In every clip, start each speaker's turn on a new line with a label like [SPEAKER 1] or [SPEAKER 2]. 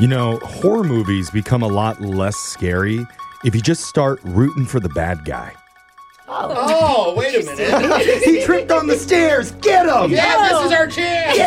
[SPEAKER 1] You know, horror movies become a lot less scary if you just start rooting for the bad guy.
[SPEAKER 2] Oh, wait a minute.
[SPEAKER 1] he tripped on the stairs. Get him!
[SPEAKER 2] yeah, this is our chance.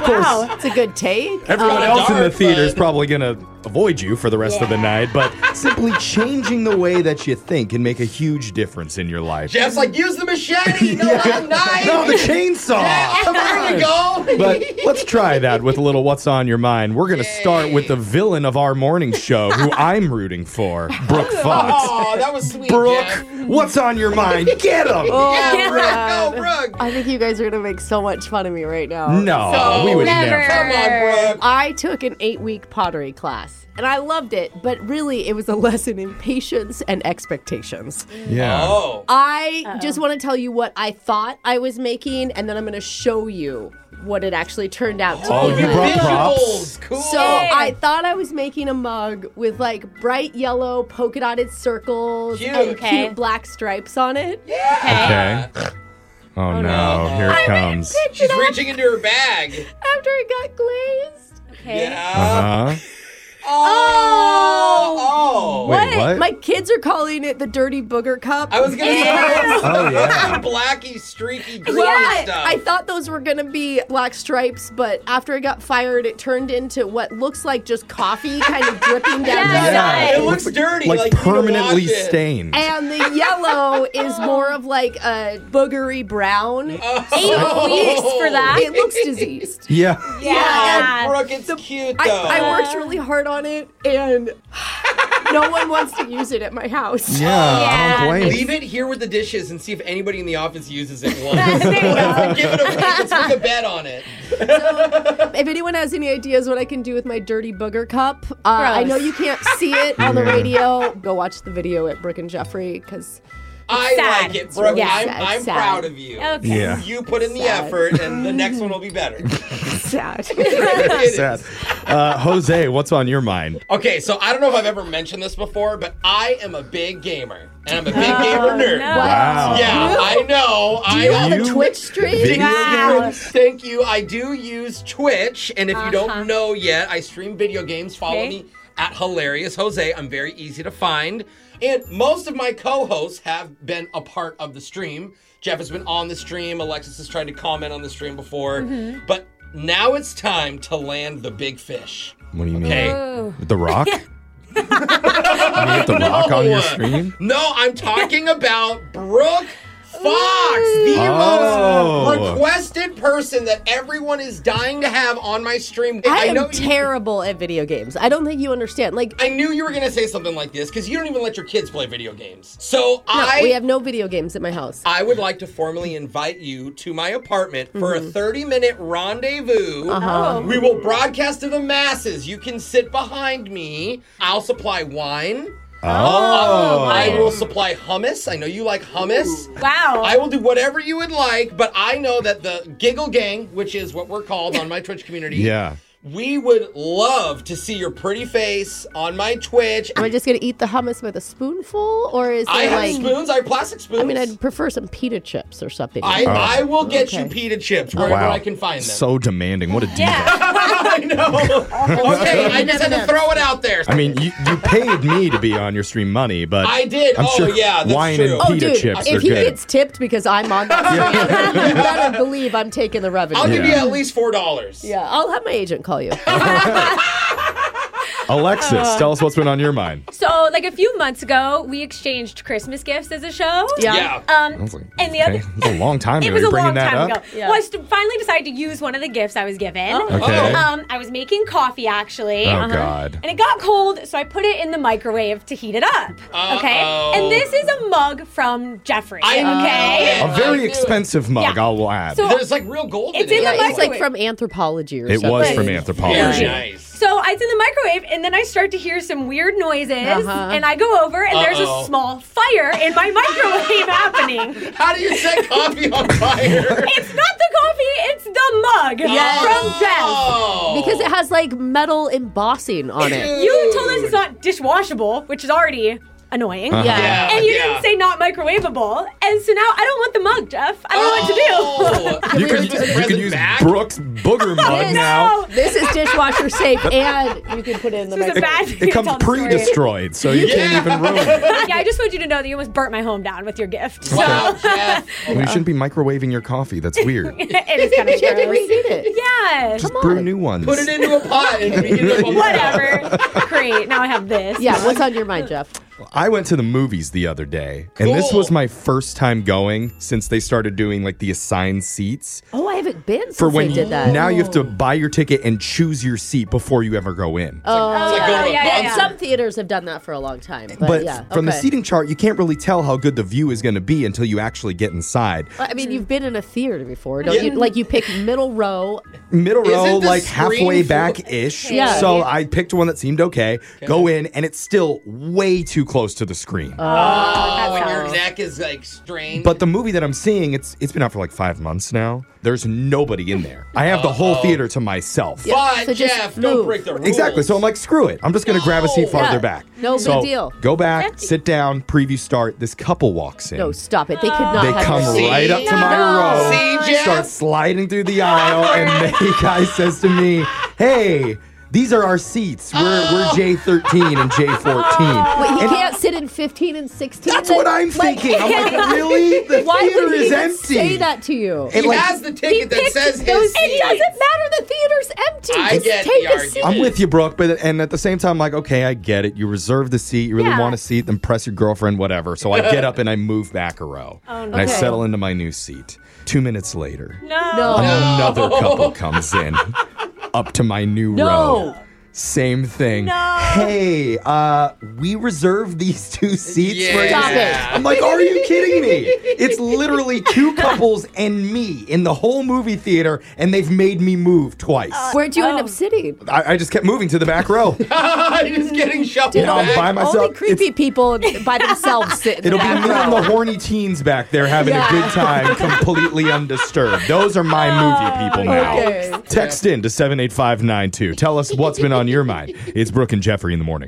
[SPEAKER 3] Wow, it's a good take.
[SPEAKER 1] Everyone
[SPEAKER 2] Oh,
[SPEAKER 1] else in the
[SPEAKER 2] darn
[SPEAKER 1] theater is
[SPEAKER 2] fun.
[SPEAKER 1] probably going to avoid you for the rest of the night, but simply changing the way that you think can make a huge difference in your life.
[SPEAKER 2] Jeff's like, use the machete, no long knife.
[SPEAKER 1] No, the chainsaw. Come
[SPEAKER 2] There
[SPEAKER 1] on.
[SPEAKER 2] we go.
[SPEAKER 1] But let's try that with a little what's on your mind. We're going to start with the villain of our morning show, who I'm rooting for, Brooke Fox.
[SPEAKER 2] Oh, that was sweet.
[SPEAKER 1] Brooke,
[SPEAKER 2] Jeff.
[SPEAKER 1] what's on your mind? Get him!
[SPEAKER 2] Yeah,
[SPEAKER 3] Oh,
[SPEAKER 2] Brooke, go, Brooke.
[SPEAKER 3] I think you guys are gonna make so much fun of me right now.
[SPEAKER 1] No,
[SPEAKER 2] No,
[SPEAKER 1] we would
[SPEAKER 4] never.
[SPEAKER 1] never.
[SPEAKER 2] Come on, Brooke.
[SPEAKER 3] I took an eight week pottery class and I loved it, but really it was a lesson in patience and expectations.
[SPEAKER 1] Yeah.
[SPEAKER 2] Oh.
[SPEAKER 3] I just want to tell you what I thought I was making and then I'm gonna show you what it actually turned out to
[SPEAKER 1] Oh,
[SPEAKER 3] be.
[SPEAKER 1] you
[SPEAKER 3] like.
[SPEAKER 1] brought props?
[SPEAKER 2] Visuals. Cool.
[SPEAKER 3] So I thought I was making a mug with like bright yellow polka dotted circles
[SPEAKER 2] Cute.
[SPEAKER 3] and
[SPEAKER 4] Okay.
[SPEAKER 3] cute black stripes on it.
[SPEAKER 1] Okay. Oh, no, here it comes.
[SPEAKER 2] She's reaching into her bag.
[SPEAKER 3] After it got glazed.
[SPEAKER 4] Okay.
[SPEAKER 2] Yeah.
[SPEAKER 1] Uh-huh.
[SPEAKER 2] Oh. Oh.
[SPEAKER 1] Wait, what?
[SPEAKER 3] My kids are calling it the dirty booger cup.
[SPEAKER 2] I was going to
[SPEAKER 4] Yeah.
[SPEAKER 2] say
[SPEAKER 1] Oh, yeah.
[SPEAKER 2] blacky, streaky, gray
[SPEAKER 3] What?
[SPEAKER 2] stuff.
[SPEAKER 3] I thought those were gonna be black stripes, but after I got fired, it turned into what looks like just coffee kind of dripping down the
[SPEAKER 4] Yeah.
[SPEAKER 3] side.
[SPEAKER 2] it looks dirty. Like,
[SPEAKER 1] Like
[SPEAKER 2] you need to
[SPEAKER 1] permanently
[SPEAKER 2] wash it.
[SPEAKER 1] stained.
[SPEAKER 3] And the yellow is more of like a boogery brown.
[SPEAKER 2] Oh.
[SPEAKER 4] Eight weeks for that.
[SPEAKER 3] It looks diseased.
[SPEAKER 1] Yeah.
[SPEAKER 2] Oh, Brooke, it's cute though.
[SPEAKER 3] I, I worked really hard on it, and no one wants to use it at my house.
[SPEAKER 1] Yeah, I
[SPEAKER 4] Yeah.
[SPEAKER 1] don't blame
[SPEAKER 2] Leave it here with the dishes and see if anybody in the office uses it
[SPEAKER 4] There
[SPEAKER 2] once.
[SPEAKER 4] you go.
[SPEAKER 2] Give it a week. Let's make a bet on it.
[SPEAKER 3] If anyone has any ideas what I can do with my dirty booger cup, uh, I know you can't see it on the
[SPEAKER 1] Yeah.
[SPEAKER 3] radio. Go watch the video at Brooke and Jeffrey because
[SPEAKER 2] I
[SPEAKER 4] sad.
[SPEAKER 2] like it, Brooke.
[SPEAKER 3] really
[SPEAKER 2] I'm,
[SPEAKER 3] sad.
[SPEAKER 2] I'm
[SPEAKER 3] Sad.
[SPEAKER 2] proud of you.
[SPEAKER 4] Okay.
[SPEAKER 1] Yeah.
[SPEAKER 2] You put in the
[SPEAKER 3] Sad.
[SPEAKER 2] effort, and the next one will be better.
[SPEAKER 3] sad.
[SPEAKER 2] It
[SPEAKER 1] it.
[SPEAKER 2] is.
[SPEAKER 1] Sad. Uh, Jose, what's on your mind?
[SPEAKER 2] Okay, so I don't know if I've ever mentioned this before, but I am a big gamer, and I'm a big gamer nerd.
[SPEAKER 1] Wow.
[SPEAKER 2] Yeah, I know. I
[SPEAKER 3] You have a
[SPEAKER 1] You-
[SPEAKER 3] Twitch stream?
[SPEAKER 1] Video
[SPEAKER 4] Wow.
[SPEAKER 1] games?
[SPEAKER 2] Thank you. I do use Twitch, and if you don't know yet, I stream video games. Follow
[SPEAKER 4] Okay.
[SPEAKER 2] me at Hilarious Jose. I'm very easy to find. And most of my co-hosts have been a part of the stream. Jeff has been on the stream. Alexis has tried to comment on the stream before. But now it's time to land the big fish.
[SPEAKER 1] What do you mean?
[SPEAKER 2] Okay.
[SPEAKER 1] The Rock? you get The Rock on your stream?
[SPEAKER 2] No, I'm talking about Brooke Fox, the most
[SPEAKER 1] Oh.
[SPEAKER 2] requested person that everyone is dying to have on my stream.
[SPEAKER 3] I am
[SPEAKER 2] know you-
[SPEAKER 3] terrible at video games. I don't think you understand. Like,
[SPEAKER 2] I knew you were gonna say something like this because you don't even let your kids play video games. So I,
[SPEAKER 3] we have no video games at my house.
[SPEAKER 2] I would like to formally invite you to my apartment for
[SPEAKER 3] Mm-hmm.
[SPEAKER 2] a 30-minute rendezvous.
[SPEAKER 3] Uh-huh.
[SPEAKER 2] We will broadcast to the masses. You can sit behind me. I'll supply wine.
[SPEAKER 1] Oh.
[SPEAKER 2] I will supply hummus. I know you like hummus.
[SPEAKER 4] Wow.
[SPEAKER 2] I will do whatever you would like, but I know that the Giggle Gang, which is what we're called on my Twitch community,
[SPEAKER 1] Yeah.
[SPEAKER 2] we would love to see your pretty face on my Twitch.
[SPEAKER 3] Am I just gonna eat the hummus with a spoonful, or is
[SPEAKER 2] I
[SPEAKER 3] there
[SPEAKER 2] have
[SPEAKER 3] like?
[SPEAKER 2] spoons. I have plastic spoons.
[SPEAKER 3] I mean, I'd prefer some pita chips or something.
[SPEAKER 2] I, I will get you
[SPEAKER 3] Okay.
[SPEAKER 2] pita chips wherever
[SPEAKER 1] Oh. Wow.
[SPEAKER 2] I can find them.
[SPEAKER 1] So demanding. What a diva.
[SPEAKER 2] I know. okay, I just had to throw it out there.
[SPEAKER 1] I mean, you, you paid me to be on your stream money, but
[SPEAKER 2] I did.
[SPEAKER 1] I'm
[SPEAKER 2] Oh,
[SPEAKER 1] sure
[SPEAKER 2] yeah, that's
[SPEAKER 1] wine
[SPEAKER 2] true.
[SPEAKER 1] and
[SPEAKER 3] Oh,
[SPEAKER 1] pita
[SPEAKER 3] dude!
[SPEAKER 1] chips are
[SPEAKER 3] if he
[SPEAKER 1] good.
[SPEAKER 3] gets tipped because I'm on that, stream, you better believe I'm taking the revenue.
[SPEAKER 2] I'll give
[SPEAKER 1] Yeah.
[SPEAKER 2] you at least four dollars.
[SPEAKER 3] yeah, I'll have my agent call you.
[SPEAKER 1] Alexis,
[SPEAKER 4] uh,
[SPEAKER 1] tell us what's been on your mind.
[SPEAKER 4] So, like a few months ago, we exchanged Christmas gifts as a show.
[SPEAKER 2] Yeah.
[SPEAKER 4] Um,
[SPEAKER 1] was like,
[SPEAKER 4] and the other.
[SPEAKER 1] Okay, It's a long time ago.
[SPEAKER 4] It was
[SPEAKER 1] You're
[SPEAKER 4] a
[SPEAKER 1] bringing
[SPEAKER 4] long
[SPEAKER 1] that
[SPEAKER 4] time
[SPEAKER 1] up?
[SPEAKER 4] ago.
[SPEAKER 3] Yeah.
[SPEAKER 4] Well, I st- finally decided to use one of the gifts I was given.
[SPEAKER 2] Oh.
[SPEAKER 1] Okay.
[SPEAKER 4] Um, I was making coffee actually. Uh-huh.
[SPEAKER 1] Oh, God.
[SPEAKER 4] And it got cold, so I put it in the microwave to heat it up. Okay.
[SPEAKER 2] Uh-oh.
[SPEAKER 4] And this is a mug from Jeffrey.
[SPEAKER 2] I know
[SPEAKER 4] okay.
[SPEAKER 2] it.
[SPEAKER 1] A very
[SPEAKER 2] I knew it.
[SPEAKER 1] expensive mug,
[SPEAKER 4] Yeah.
[SPEAKER 1] I'll add.
[SPEAKER 4] So-
[SPEAKER 2] There's like real gold
[SPEAKER 4] It's
[SPEAKER 2] in it.
[SPEAKER 4] in the
[SPEAKER 3] yeah, it's like
[SPEAKER 4] microwave.
[SPEAKER 3] from anthropology or
[SPEAKER 1] it
[SPEAKER 3] something.
[SPEAKER 1] was from
[SPEAKER 4] Right.
[SPEAKER 1] anthropology.
[SPEAKER 2] Very nice.
[SPEAKER 4] So it's in the microwave, and then I start to hear some weird noises,
[SPEAKER 3] Uh-huh.
[SPEAKER 4] and I go over, and there's
[SPEAKER 2] Uh-oh.
[SPEAKER 4] a small fire in my microwave happening.
[SPEAKER 2] How do you set coffee on fire?
[SPEAKER 4] It's not the coffee, it's the mug from Jeff.
[SPEAKER 2] Oh.
[SPEAKER 3] Because it has like metal embossing on it.
[SPEAKER 4] You told us it's not dishwashable, which is already annoying.
[SPEAKER 1] Uh-huh.
[SPEAKER 3] Yeah.
[SPEAKER 2] Yeah,
[SPEAKER 4] And you
[SPEAKER 2] Uh-huh. yeah.
[SPEAKER 4] didn't say not microwavable, and so now I don't want the mug, Jeff. I don't know what to do.
[SPEAKER 1] You
[SPEAKER 2] Oh. Can
[SPEAKER 1] can,
[SPEAKER 2] we just
[SPEAKER 1] you can
[SPEAKER 2] present
[SPEAKER 1] use
[SPEAKER 2] back?
[SPEAKER 1] Brooks Booger mug
[SPEAKER 3] Yes.
[SPEAKER 1] now.
[SPEAKER 4] No.
[SPEAKER 3] This is dishwasher safe, and you can put it in the
[SPEAKER 4] This is a
[SPEAKER 3] microwave.
[SPEAKER 4] bad
[SPEAKER 1] It comes
[SPEAKER 4] Tom story.
[SPEAKER 1] pre-destroyed, so you
[SPEAKER 2] Yeah.
[SPEAKER 1] can't even ruin it.
[SPEAKER 4] Yeah, I just want you to know that you almost burnt my home down with your gift. So
[SPEAKER 2] Wow, Jeff.
[SPEAKER 1] Well, you shouldn't be microwaving your coffee. That's weird.
[SPEAKER 4] it is kind of
[SPEAKER 3] You had to
[SPEAKER 4] gross.
[SPEAKER 3] reheat it.
[SPEAKER 4] Yeah.
[SPEAKER 1] Just brew new ones.
[SPEAKER 2] Put it into a pot and we can do what we want.
[SPEAKER 4] Whatever. Great. Now I have this.
[SPEAKER 3] Yeah, what's on your mind, Jeff?
[SPEAKER 1] I went to the movies the other day, and this
[SPEAKER 2] Cool.
[SPEAKER 1] was my first time going since they started doing like the assigned seats
[SPEAKER 3] Oh, I haven't been since
[SPEAKER 1] for when
[SPEAKER 3] they
[SPEAKER 1] you,
[SPEAKER 3] did that.
[SPEAKER 1] now you have to buy your ticket and choose your seat before you ever go in.
[SPEAKER 3] Oh,
[SPEAKER 2] It's like going to a
[SPEAKER 4] yeah, yeah,
[SPEAKER 2] concert.
[SPEAKER 3] And some theaters have done that for a long time. But,
[SPEAKER 1] but
[SPEAKER 3] yeah,
[SPEAKER 1] from the
[SPEAKER 3] okay.
[SPEAKER 1] seating chart, you can't really tell how good the view is going to be until you actually get inside.
[SPEAKER 3] I mean, you've been in a theater before, don't
[SPEAKER 2] Yeah.
[SPEAKER 3] you? Like you pick middle row.
[SPEAKER 1] middle
[SPEAKER 2] Isn't
[SPEAKER 1] row,
[SPEAKER 2] the
[SPEAKER 1] like
[SPEAKER 2] screen
[SPEAKER 1] halfway
[SPEAKER 2] full-
[SPEAKER 1] back ish.
[SPEAKER 4] Yeah.
[SPEAKER 1] So I picked one that seemed okay, go in, and it's still way too close to the screen.
[SPEAKER 3] Uh.
[SPEAKER 2] Oh, and your
[SPEAKER 4] sounds-
[SPEAKER 2] neck is like strained.
[SPEAKER 1] but the movie that I'm seeing, it's it's been out for like five months now. There's nobody in there. I have the whole theater to myself.
[SPEAKER 2] but
[SPEAKER 3] So just
[SPEAKER 2] Jeff, don't
[SPEAKER 3] move.
[SPEAKER 2] break the rules.
[SPEAKER 1] Exactly. So I'm like, screw it. I'm just going to grab a seat
[SPEAKER 2] No.
[SPEAKER 1] farther
[SPEAKER 3] Yeah.
[SPEAKER 1] back.
[SPEAKER 3] No big
[SPEAKER 1] So
[SPEAKER 3] deal.
[SPEAKER 1] Go back, sit down, preview start. This couple walks in.
[SPEAKER 3] No, stop it. They could not.
[SPEAKER 1] They
[SPEAKER 3] have
[SPEAKER 1] come
[SPEAKER 3] this.
[SPEAKER 2] See?
[SPEAKER 1] right up to my
[SPEAKER 4] No.
[SPEAKER 1] row,
[SPEAKER 2] See, Jeff?
[SPEAKER 1] start sliding through the aisle, and the guy says to me, "Hey, these are our seats. We're we're J thirteen and J fourteen.
[SPEAKER 3] Wait, you
[SPEAKER 1] And
[SPEAKER 3] can't sit in 15 and 16.
[SPEAKER 1] that's what I'm thinking. I'm like, really? The
[SPEAKER 3] Why
[SPEAKER 1] theater
[SPEAKER 3] would he
[SPEAKER 1] is
[SPEAKER 3] even
[SPEAKER 1] empty.
[SPEAKER 3] say that to you?
[SPEAKER 2] He
[SPEAKER 1] It, like-
[SPEAKER 2] has the ticket that says his
[SPEAKER 3] It
[SPEAKER 2] seat.
[SPEAKER 3] doesn't matter. The theater's empty.
[SPEAKER 2] I
[SPEAKER 3] Just
[SPEAKER 2] get
[SPEAKER 3] take
[SPEAKER 2] the
[SPEAKER 3] a
[SPEAKER 2] argument.
[SPEAKER 3] seat.
[SPEAKER 1] I'm with you, Brooke, but and at the same time, like, okay, I get it. You reserve the seat. You really
[SPEAKER 4] Yeah.
[SPEAKER 1] want a seat, then press your girlfriend, whatever. So I get up and I move back a row, and I
[SPEAKER 3] Oh, Okay. Oh.
[SPEAKER 1] settle into my new seat. Two minutes later,
[SPEAKER 4] No.
[SPEAKER 1] another couple comes in up to my new
[SPEAKER 3] No.
[SPEAKER 1] row. Same thing.
[SPEAKER 4] No.
[SPEAKER 1] Hey, uh, we reserved these two seats for you.
[SPEAKER 3] Stop it.
[SPEAKER 1] I'm like, are you kidding me? It's literally two couples and me in the whole movie theater, and they've made me move twice.
[SPEAKER 3] Where'd you end
[SPEAKER 4] Oh.
[SPEAKER 3] up sitting?
[SPEAKER 1] I, I just kept moving to the back row.
[SPEAKER 2] You're just getting shuffled
[SPEAKER 1] You know, I'm
[SPEAKER 2] back.
[SPEAKER 1] by myself.
[SPEAKER 3] Only creepy people by themselves sit. in the
[SPEAKER 1] It'll be
[SPEAKER 3] back
[SPEAKER 1] me
[SPEAKER 3] row.
[SPEAKER 1] and the horny teens back there having
[SPEAKER 3] Yeah. Ah,
[SPEAKER 1] a good time, completely undisturbed. Those are my movie people now.
[SPEAKER 3] Okay.
[SPEAKER 1] Text in to 78592. Tell us what's been on your mind. It's Brooke and Jeffrey in the morning.